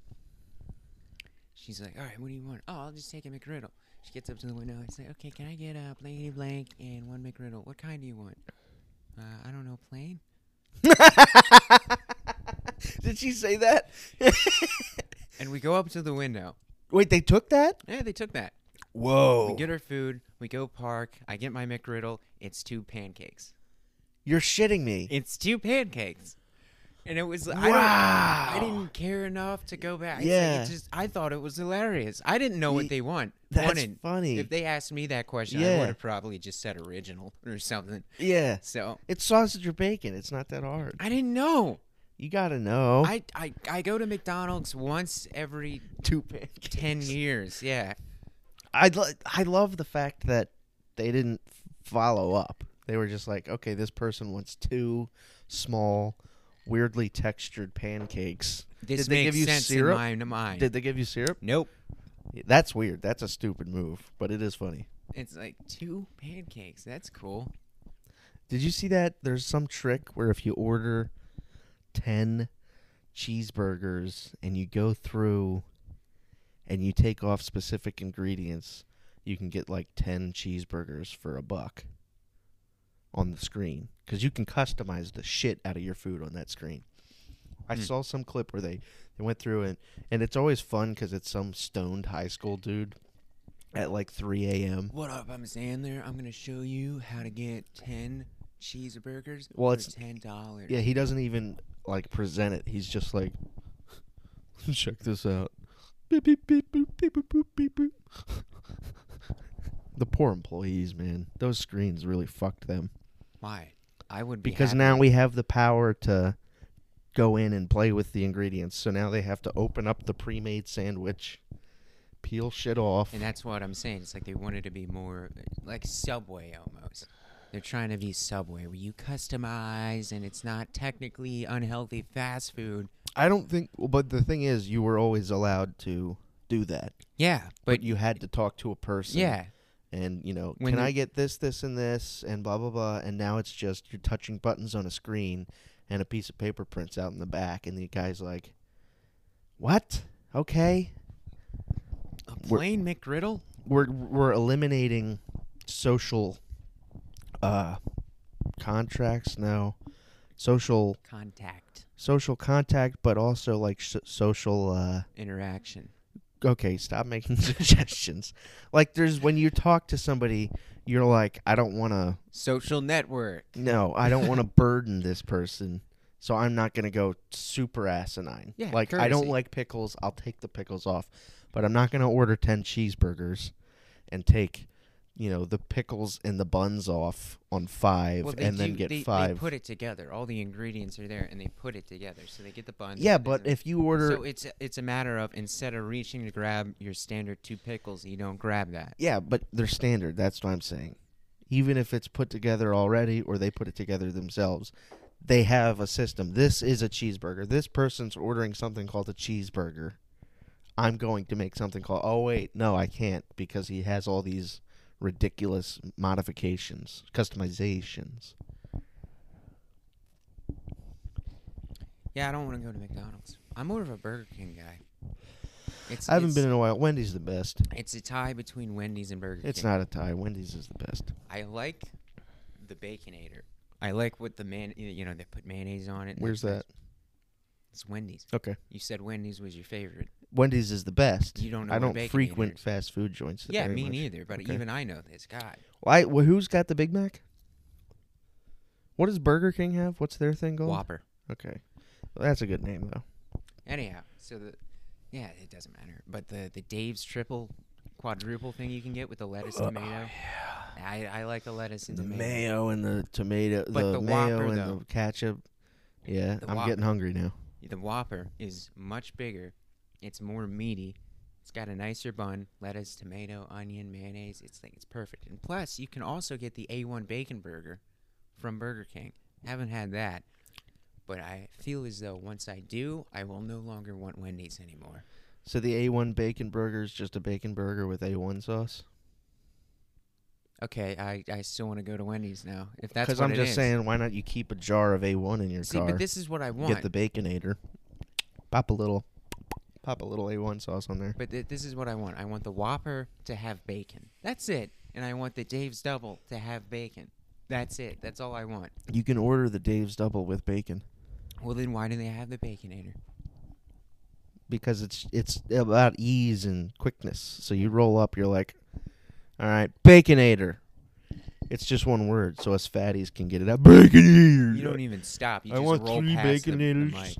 Speaker 2: she's like, "All right, what do you want? Oh, I'll just take a McGriddle." She gets up to the window. and says, "Okay, can I get a blanky blank and one McGriddle? What kind do you want?" Uh, I don't know, plain.
Speaker 1: Did she say that?
Speaker 2: And we go up to the window.
Speaker 1: Wait, they took that?
Speaker 2: Yeah, they took that.
Speaker 1: Whoa.
Speaker 2: We get our food. We go park. I get my McGriddle. It's two pancakes.
Speaker 1: You're shitting me.
Speaker 2: It's two pancakes. And it was I,
Speaker 1: wow.
Speaker 2: don't, I didn't care enough to go back. It's like,
Speaker 1: Yeah.
Speaker 2: It's just I thought it was hilarious. I didn't know
Speaker 1: Ye-
Speaker 2: what they want.
Speaker 1: That's
Speaker 2: wanted.
Speaker 1: funny.
Speaker 2: If they asked me that question, I
Speaker 1: Yeah.
Speaker 2: would have probably just said original or something.
Speaker 1: yeah.
Speaker 2: So
Speaker 1: It's sausage or bacon. It's not that hard.
Speaker 2: I didn't know.
Speaker 1: You gotta know.
Speaker 2: I, I I go to McDonald's once every
Speaker 1: two pancakes.
Speaker 2: ten years. Yeah.
Speaker 1: I lo- I love the fact that they didn't f- follow up. They were just like, okay, this person wants two small, weirdly textured pancakes.
Speaker 2: This
Speaker 1: Did they
Speaker 2: makes
Speaker 1: give you
Speaker 2: sense
Speaker 1: syrup?
Speaker 2: in my mind.
Speaker 1: Did they give you syrup?
Speaker 2: nope.
Speaker 1: That's weird. That's a stupid move, but it is funny.
Speaker 2: It's like two pancakes. That's cool.
Speaker 1: Did you see that? There's some trick where if you order 10 cheeseburgers and you go through and you take off specific ingredients, you can get like 10 cheeseburgers for a buck on the screen because you can customize the shit out of your food on that screen. I
Speaker 2: Hmm.
Speaker 1: saw some clip where they, they went through and and it's always fun because it's some stoned high school dude at like 3 a.m.
Speaker 2: What up? I'm Sandler. I'm gonna show you how to get ten cheeseburgers
Speaker 1: Well,
Speaker 2: for
Speaker 1: it's-
Speaker 2: ten dollars.
Speaker 1: Yeah, he doesn't even like present it. He's just like, check this out. Beep beep beep boop beep boop boop beep boop. the poor employees, man. Those screens really fucked them.
Speaker 2: Why? I would be
Speaker 1: Because
Speaker 2: happy-
Speaker 1: now we have the power to go in and play with the ingredients. So now they have to open up the pre-made sandwich, peel shit off.
Speaker 2: and that's what I'm saying. It's like they wanted to be more uh, like Subway almost. They're trying to be Subway, where you customize, and it's not technically unhealthy fast food.
Speaker 1: I don't think. Well, but the thing is, you were always allowed to do that,
Speaker 2: Yeah,
Speaker 1: but
Speaker 2: but
Speaker 1: you had to talk to a person.
Speaker 2: yeah,
Speaker 1: and you know,
Speaker 2: When
Speaker 1: can I
Speaker 2: you-
Speaker 1: get this, this, and this, and blah blah blah, and now it's just you're touching buttons on a screen, and a piece of paper prints out in the back, and the guy's like, "What? Okay,
Speaker 2: a
Speaker 1: we're-
Speaker 2: plain McGriddle.
Speaker 1: we're we're eliminating social uh contracts now, social
Speaker 2: Contact
Speaker 1: social contact, but also like so- social uh
Speaker 2: interaction.
Speaker 1: okay, stop making suggestions. Like there's when you talk to somebody, you're like, I don't want to.
Speaker 2: Social network.
Speaker 1: No, I don't want to burden this person, so I'm not gonna go super asinine.
Speaker 2: Yeah,
Speaker 1: like I don't
Speaker 2: courtesy.
Speaker 1: like pickles. I'll take the pickles off, but I'm not gonna order ten cheeseburgers and take, you know, the pickles and the buns off on five,
Speaker 2: Well, they
Speaker 1: and then
Speaker 2: do-
Speaker 1: get
Speaker 2: they,
Speaker 1: five.
Speaker 2: They put it together. All the ingredients are there, and they put it together. So they get the bun.
Speaker 1: yeah,
Speaker 2: and
Speaker 1: but
Speaker 2: then-
Speaker 1: if you order,
Speaker 2: so it's it's a matter of instead of reaching to grab your standard two pickles, you don't grab that.
Speaker 1: yeah, but they're standard. That's what I'm saying. Even if it's put together already, or they put it together themselves, they have a system. This is a cheeseburger. This person's ordering something called a cheeseburger. I'm going to make something called. Oh wait, no, I can't because he has all these ridiculous modifications, customizations.
Speaker 2: Yeah, I don't want to go to McDonald's. I'm more of a Burger King guy. It's,
Speaker 1: I haven't
Speaker 2: it's-
Speaker 1: been in a while. Wendy's the best.
Speaker 2: It's a tie between Wendy's and Burger King.
Speaker 1: It's not a tie. Wendy's is the best.
Speaker 2: I like the Baconator. I like what the man. You know, they put mayonnaise on it. and
Speaker 1: Where's
Speaker 2: fries.
Speaker 1: that?
Speaker 2: It's Wendy's.
Speaker 1: Okay.
Speaker 2: You said Wendy's was your favorite.
Speaker 1: Wendy's is the best.
Speaker 2: You don't know
Speaker 1: I
Speaker 2: what
Speaker 1: don't
Speaker 2: Baconator
Speaker 1: frequent
Speaker 2: is.
Speaker 1: fast food joints.
Speaker 2: yeah,
Speaker 1: very
Speaker 2: me
Speaker 1: much.
Speaker 2: neither. But
Speaker 1: Okay.
Speaker 2: even I know this guy.
Speaker 1: Why? Well, who's got the Big Mac? What does Burger King have? What's their thing called?
Speaker 2: Whopper.
Speaker 1: Okay, well, that's a good name though.
Speaker 2: Anyhow, so the yeah, it doesn't matter. But the the Dave's triple quadruple thing you can get with the lettuce tomato. I, I like the lettuce and
Speaker 1: Uh, The
Speaker 2: tomato.
Speaker 1: mayo and the tomato,
Speaker 2: But
Speaker 1: the,
Speaker 2: the
Speaker 1: mayo
Speaker 2: Whopper,
Speaker 1: and
Speaker 2: though.
Speaker 1: the ketchup. Yeah,
Speaker 2: The
Speaker 1: I'm
Speaker 2: Whop-
Speaker 1: getting hungry now.
Speaker 2: The Whopper is much bigger. It's more meaty. It's got a nicer bun, lettuce, tomato, onion, mayonnaise. It's like it's perfect. And plus, you can also get the A1 bacon burger from Burger King. Haven't had that, but I feel as though once I do, I will no longer want Wendy's anymore.
Speaker 1: So the A1 bacon burger is just a bacon burger with A1 sauce.
Speaker 2: Okay, I, I still want to go to Wendy's now. If that's
Speaker 1: Because
Speaker 2: what
Speaker 1: I'm
Speaker 2: it
Speaker 1: just
Speaker 2: is.
Speaker 1: saying, why not you keep a jar of A1 in your
Speaker 2: See,
Speaker 1: car?
Speaker 2: but this is what I want.
Speaker 1: Get the baconator. Pop a little, pop a little A1 sauce on there.
Speaker 2: but th- this is what I want. I want the Whopper to have bacon. That's it. And I want the Dave's Double to have bacon. That's it. That's all I want.
Speaker 1: You can order the Dave's double with bacon.
Speaker 2: Well, then why do they have the Baconator?
Speaker 1: because it's it's about ease and quickness. So you roll up, you're like, all right, baconator. It's just one word, so us fatties can get it up. Baconator.
Speaker 2: You don't even stop. You
Speaker 1: I
Speaker 2: just
Speaker 1: want
Speaker 2: roll
Speaker 1: three
Speaker 2: past the, the
Speaker 1: Baconators.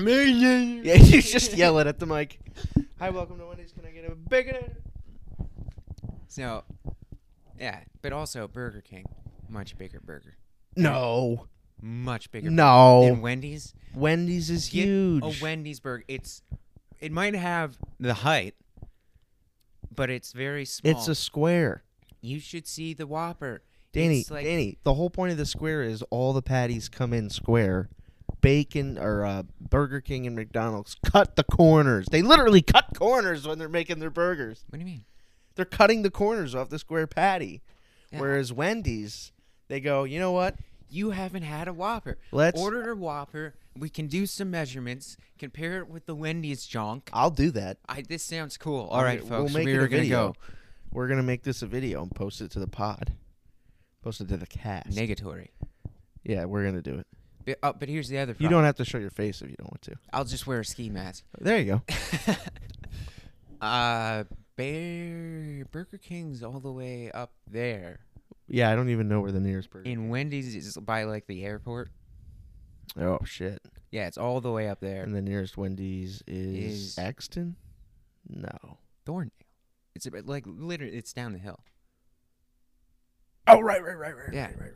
Speaker 2: mic.
Speaker 1: yeah, you just yell it at the mic. Hi, welcome to Wendy's. Can I get a baconator?
Speaker 2: So, yeah. But also Burger King, much bigger burger,
Speaker 1: No,
Speaker 2: much bigger. burger.
Speaker 1: no.
Speaker 2: And Wendy's
Speaker 1: Wendy's is
Speaker 2: get
Speaker 1: huge.
Speaker 2: A Wendy's burger. It's it might have the height, but it's very small.
Speaker 1: it's a square.
Speaker 2: You should see the Whopper.
Speaker 1: Danny,
Speaker 2: It's like-
Speaker 1: Danny, the whole point of the square is all the patties come in square. Bacon or uh, Burger King and McDonald's cut the corners. They literally cut corners when they're making their burgers.
Speaker 2: What do you mean?
Speaker 1: They're cutting the corners off the square patty.
Speaker 2: Yeah.
Speaker 1: Whereas Wendy's, they go, you know what?
Speaker 2: You haven't had a Whopper.
Speaker 1: Let's-
Speaker 2: order a Whopper. We can do some measurements. Compare it with the Wendy's junk.
Speaker 1: I'll do that.
Speaker 2: I, this sounds cool. All right,
Speaker 1: We'll
Speaker 2: folks.
Speaker 1: make
Speaker 2: we
Speaker 1: it a
Speaker 2: are gonna
Speaker 1: video.
Speaker 2: go
Speaker 1: We're gonna make this a video and post it to the pod. Post it to the cast.
Speaker 2: negatory.
Speaker 1: yeah, we're gonna do it.
Speaker 2: But, oh, but here's the other.
Speaker 1: You
Speaker 2: Problem.
Speaker 1: don't have to show your face if you don't want to.
Speaker 2: I'll just wear a ski mask.
Speaker 1: There you go.
Speaker 2: uh, Bear Burger King's all the way up there,
Speaker 1: Yeah, I don't even know where the nearest burger.
Speaker 2: and Wendy's is by like the airport.
Speaker 1: Oh shit.
Speaker 2: Yeah, it's all the way up there.
Speaker 1: And the nearest Wendy's is,
Speaker 2: Is-
Speaker 1: Exton? No.
Speaker 2: Thorndale. It's about, like literally, it's down the hill.
Speaker 1: Oh, right, right, right, right.
Speaker 2: Yeah.
Speaker 1: right.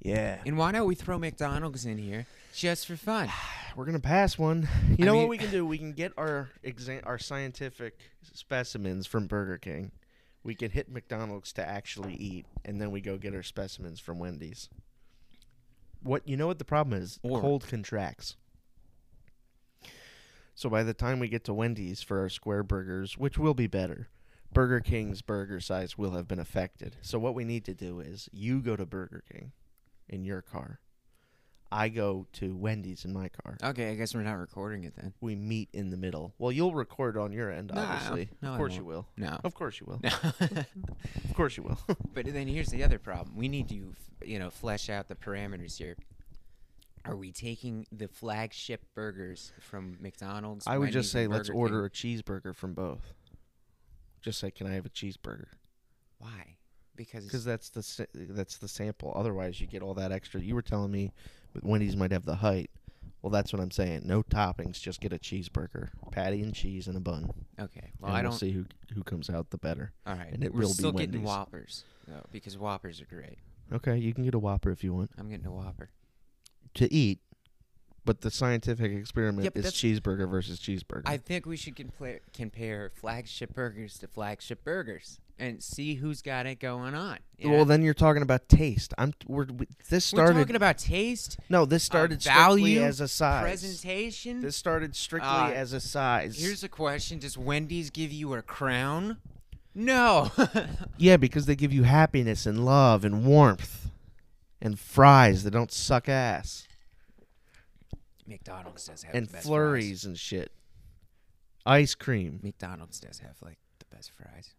Speaker 1: Yeah.
Speaker 2: And why don't we throw McDonald's in here just for fun?
Speaker 1: We're going to pass one. You
Speaker 2: I
Speaker 1: know what
Speaker 2: mean-
Speaker 1: we can do? We can get our exa- our scientific specimens from Burger King. We can hit McDonald's to actually eat, and then we go get our specimens from Wendy's. What you know what the problem is?
Speaker 2: Or-
Speaker 1: Cold contracts. So by the time we get to Wendy's for our square burgers, which will be better, Burger King's burger size will have been affected. So what we need to do is you go to Burger King in your car. I go to Wendy's in my car.
Speaker 2: Okay, I guess we're not recording it then.
Speaker 1: We meet in the middle. Well, you'll record on your end,
Speaker 2: No,
Speaker 1: obviously.
Speaker 2: no,
Speaker 1: of
Speaker 2: I
Speaker 1: course you will.
Speaker 2: No.
Speaker 1: Of course you will.
Speaker 2: No.
Speaker 1: Of course you will.
Speaker 2: but then here's the other problem. We need to, f- you know, flesh out the parameters here. Are we taking the flagship burgers from McDonald's?
Speaker 1: I would just
Speaker 2: Wendy's,
Speaker 1: say
Speaker 2: and
Speaker 1: let's
Speaker 2: Burger King?
Speaker 1: order a cheeseburger from both. Just say, can I have a cheeseburger?
Speaker 2: Why? Because
Speaker 1: Because that's the sa- that's the sample. Otherwise, you get all that extra. You were telling me, but Wendy's might have the height. Well, that's what I'm saying. No toppings. Just get a cheeseburger, patty and cheese and a bun.
Speaker 2: okay. Well,
Speaker 1: and
Speaker 2: I
Speaker 1: we'll
Speaker 2: don't.
Speaker 1: see who who comes out the better.
Speaker 2: All right.
Speaker 1: and it
Speaker 2: We're
Speaker 1: will be
Speaker 2: still getting
Speaker 1: Wendy's.
Speaker 2: Whoppers though, because Whoppers are great.
Speaker 1: Okay, you can get a Whopper if you want
Speaker 2: I'm getting a Whopper.
Speaker 1: to eat, but the scientific experiment
Speaker 2: Yeah,
Speaker 1: is
Speaker 2: but that's-
Speaker 1: cheeseburger versus cheeseburger.
Speaker 2: I think we should compla- compare flagship burgers to flagship burgers and see who's got it going on. you know?
Speaker 1: Well, then you're talking about taste. I'm we're we, this started.
Speaker 2: we're talking about taste,
Speaker 1: no, this started
Speaker 2: uh,
Speaker 1: strictly
Speaker 2: value,
Speaker 1: as a size.
Speaker 2: presentation.
Speaker 1: This started strictly
Speaker 2: Uh,
Speaker 1: as a size.
Speaker 2: Here's a question: Does Wendy's give you a crown? No.
Speaker 1: yeah, because they give you happiness and love and warmth, and fries that don't suck ass,
Speaker 2: McDonald's does have
Speaker 1: and
Speaker 2: the best Fries.
Speaker 1: flurries and shit. Ice cream.
Speaker 2: McDonald's does have like the best fries.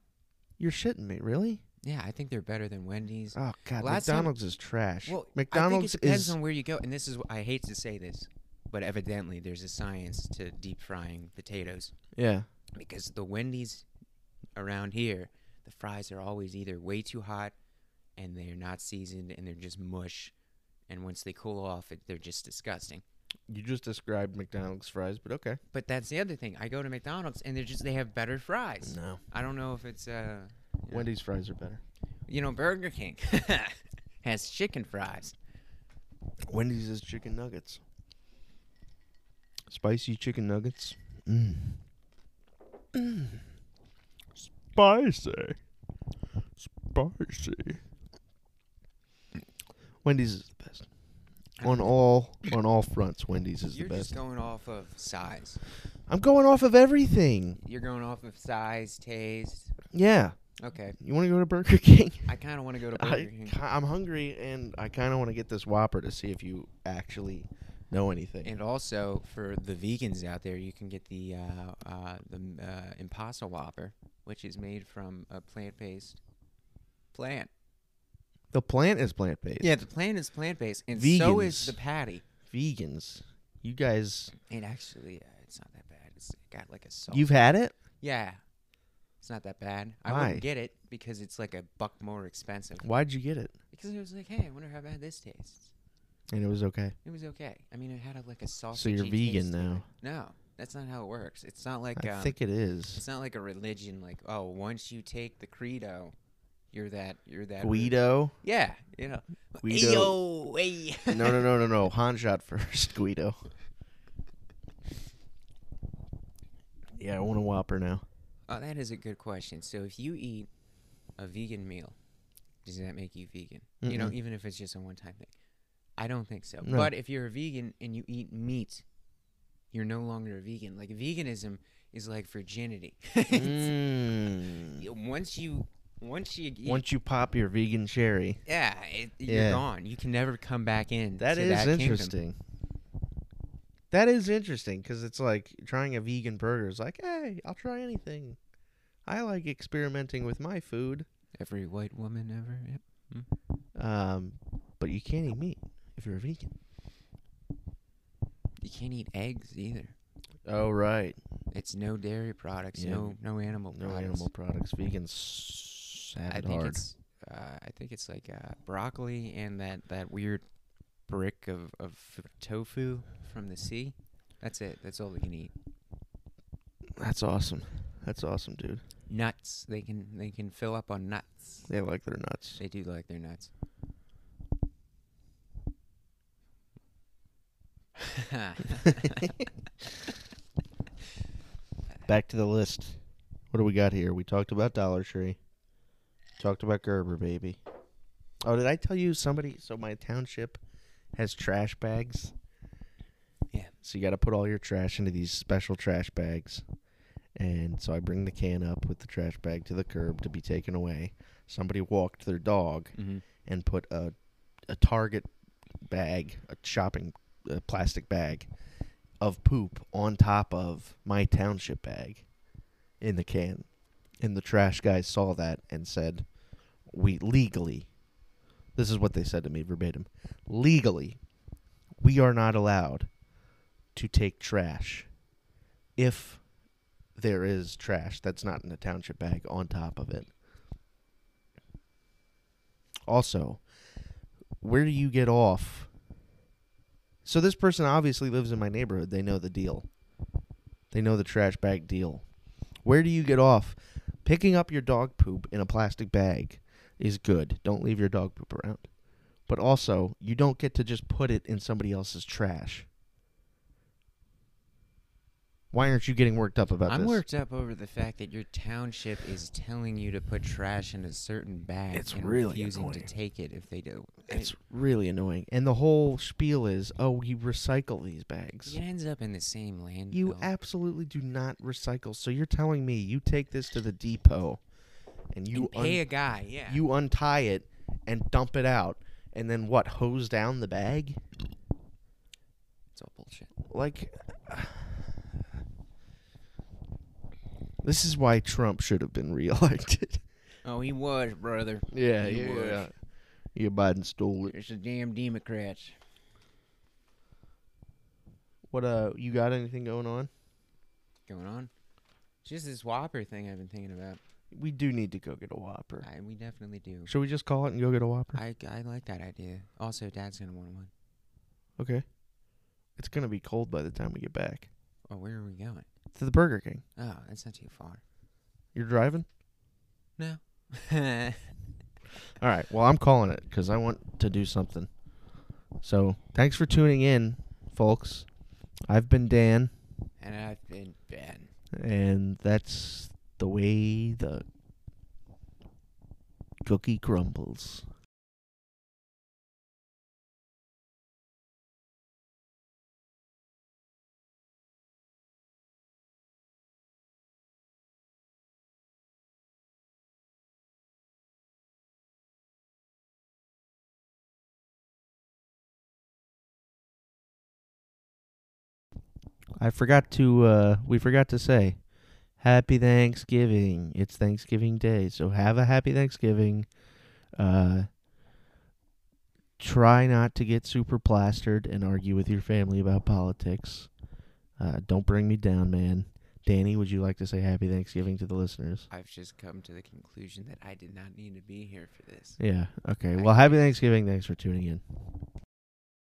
Speaker 1: You're shitting me, really?
Speaker 2: Yeah, I think they're better than Wendy's.
Speaker 1: Oh God,
Speaker 2: Last time-
Speaker 1: McDonald's is trash.
Speaker 2: Well,
Speaker 1: McDonald's
Speaker 2: I think it depends
Speaker 1: is
Speaker 2: on where you go, and this is wh- I hate to say this, but evidently there's a science to deep frying potatoes
Speaker 1: yeah.
Speaker 2: because the Wendy's around here, the fries are always either way too hot, and they're not seasoned, and they're just mush, and once they cool off, it, they're just disgusting.
Speaker 1: You just described McDonald's fries, but okay.
Speaker 2: But that's the other thing. I go to McDonald's, and they're just they have better fries.
Speaker 1: No,
Speaker 2: I don't know if it's uh, Yeah.
Speaker 1: Wendy's fries are better.
Speaker 2: you know, Burger King has chicken fries.
Speaker 1: Wendy's is chicken nuggets. Spicy chicken nuggets. Mm. Spicy. Spicy. Wendy's is the best. On all on all fronts, Wendy's is
Speaker 2: You're
Speaker 1: the
Speaker 2: just
Speaker 1: best.
Speaker 2: going off of size.
Speaker 1: I'm going off of everything.
Speaker 2: You're going off of size, taste.
Speaker 1: Yeah.
Speaker 2: Okay,
Speaker 1: You want to go to Burger King?
Speaker 2: I kind of want to go to Burger
Speaker 1: I,
Speaker 2: King.
Speaker 1: ki- I'm hungry and I kind of want to get this Whopper to see if you actually know anything.
Speaker 2: And also for the vegans out there, you can get the uh, uh, the uh, Impossible Whopper, which is made from a plant-based plant.
Speaker 1: the plant is plant based.
Speaker 2: Yeah, the plant is plant-based, and so
Speaker 1: Vegans.
Speaker 2: is the patty.
Speaker 1: vegans. You guys,
Speaker 2: And actually, uh, it's not that bad. It's got like a salt.
Speaker 1: you've had it?
Speaker 2: yeah, it's not that bad. I
Speaker 1: Why?
Speaker 2: wouldn't get it because it's like a buck more expensive.
Speaker 1: Why'd you get it?
Speaker 2: Because it was like, hey, I wonder how bad this tastes.
Speaker 1: And it was okay.
Speaker 2: It was okay. I mean, it had a, like a sausage.
Speaker 1: So you're vegan now.
Speaker 2: No, that's not how it works. It's not like
Speaker 1: I
Speaker 2: um,
Speaker 1: think it is.
Speaker 2: it's not like a religion. Like, oh, once you take the credo, you're that. You're that. re-
Speaker 1: Guido?
Speaker 2: Yeah, you know.
Speaker 1: Guido.
Speaker 2: Ayo, ay.
Speaker 1: no, no, no, no, no. Han shot first, Guido. Yeah, I want a Whopper now.
Speaker 2: Oh, that is a good question. So if you eat a vegan meal, does that make you vegan? You know,
Speaker 1: Mm-mm.
Speaker 2: even if it's just a one-time thing. I don't think so.
Speaker 1: No.
Speaker 2: But if you're a vegan and you eat meat, you're no longer a vegan. Like veganism is like virginity. It's-
Speaker 1: Mm.
Speaker 2: y- once you once you eat,
Speaker 1: Once you pop your vegan cherry.
Speaker 2: yeah, it,
Speaker 1: Yeah.
Speaker 2: you're gone. You can never come back in.
Speaker 1: That
Speaker 2: to
Speaker 1: is
Speaker 2: that kingdom.
Speaker 1: interesting. That is interesting because it's like trying a vegan burger is like, hey, I'll try anything. I like experimenting with my food.
Speaker 2: Every white woman ever. Yep.
Speaker 1: Um, but you can't eat meat if you're a vegan.
Speaker 2: You can't eat eggs either.
Speaker 1: Oh right,
Speaker 2: It's no dairy products.
Speaker 1: Yeah.
Speaker 2: No no animal
Speaker 1: no
Speaker 2: products.
Speaker 1: animal products. Vegans have
Speaker 2: I
Speaker 1: it
Speaker 2: think
Speaker 1: hard.
Speaker 2: it's uh, I think it's like uh, broccoli and that, that weird brick of, of f- tofu from the sea. That's it. That's all they can eat.
Speaker 1: That's awesome. That's awesome, dude.
Speaker 2: Nuts. They can they can fill up on nuts.
Speaker 1: They like their nuts.
Speaker 2: They do like their nuts.
Speaker 1: Back to the list. What do we got here? We talked about Dollar Tree. Talked about Gerber baby. Oh, did I tell you somebody so my township has trash bags?
Speaker 2: Yeah.
Speaker 1: So you got to put all your trash into these special trash bags. And so I bring the can up with the trash bag to the curb to be taken away. Somebody walked their dog
Speaker 2: hmm
Speaker 1: and put a a Target bag, a shopping a plastic bag of poop on top of my township bag in the can. And the trash guy saw that and said, "We legally This is what they said to me verbatim. Legally, we are not allowed to take trash if there is trash that's not in a township bag on top of it. Also, where do you get off? So this person obviously lives in my neighborhood. They know the deal. They know the trash bag deal. Where do you get off? Picking up your dog poop in a plastic bag is good. Don't leave your dog poop around. But also, you don't get to just put it in somebody else's trash. Why aren't you getting worked up about
Speaker 2: I'm
Speaker 1: this?
Speaker 2: worked up over the fact that your township is telling you to put trash in a certain bag
Speaker 1: It's
Speaker 2: and
Speaker 1: really
Speaker 2: refusing
Speaker 1: annoying.
Speaker 2: to take it if they do. I-
Speaker 1: It's really annoying. And the whole spiel is, oh, we recycle these bags.
Speaker 2: it ends up in the same landfill.
Speaker 1: You absolutely do not recycle. So you're telling me you take this to the depot and you
Speaker 2: And pay
Speaker 1: un-
Speaker 2: a guy, yeah.
Speaker 1: you untie it and dump it out and then what, hose down the bag?
Speaker 2: it's all bullshit.
Speaker 1: Like This is why Trump should have been reelected.
Speaker 2: Oh, he was, brother.
Speaker 1: yeah,
Speaker 2: He
Speaker 1: yeah.
Speaker 2: was.
Speaker 1: yeah. Yeah, Biden stole it.
Speaker 2: It's the damn Democrats.
Speaker 1: What uh you got anything going on?
Speaker 2: Going on? Just this Whopper thing I've been thinking about.
Speaker 1: We do need to go get a whopper.
Speaker 2: I, we definitely do.
Speaker 1: Should we just call it and go get a Whopper?
Speaker 2: I, I like that idea. Also, Dad's gonna want one.
Speaker 1: Okay. It's gonna be cold by the time we get back
Speaker 2: Oh, where are we going?
Speaker 1: to the Burger King.
Speaker 2: Oh, that's not too far.
Speaker 1: You're driving.
Speaker 2: No. I
Speaker 1: All right. Well, I'm calling it because I want to do something. So thanks for tuning in, folks. I've been Dan,
Speaker 2: and I've been bad.
Speaker 1: and that's the way the cookie crumbles. I forgot to uh we forgot to say happy Thanksgiving. It's Thanksgiving Day, so have a happy Thanksgiving. Uh try not to get super plastered and argue with your family about politics. Uh don't bring me down, man. Danny, would you like to say happy Thanksgiving to the listeners?
Speaker 2: I've just come to the conclusion that I did not need to be here for this.
Speaker 1: Yeah. Okay. Well, happy Thanksgiving. Thanks for tuning in.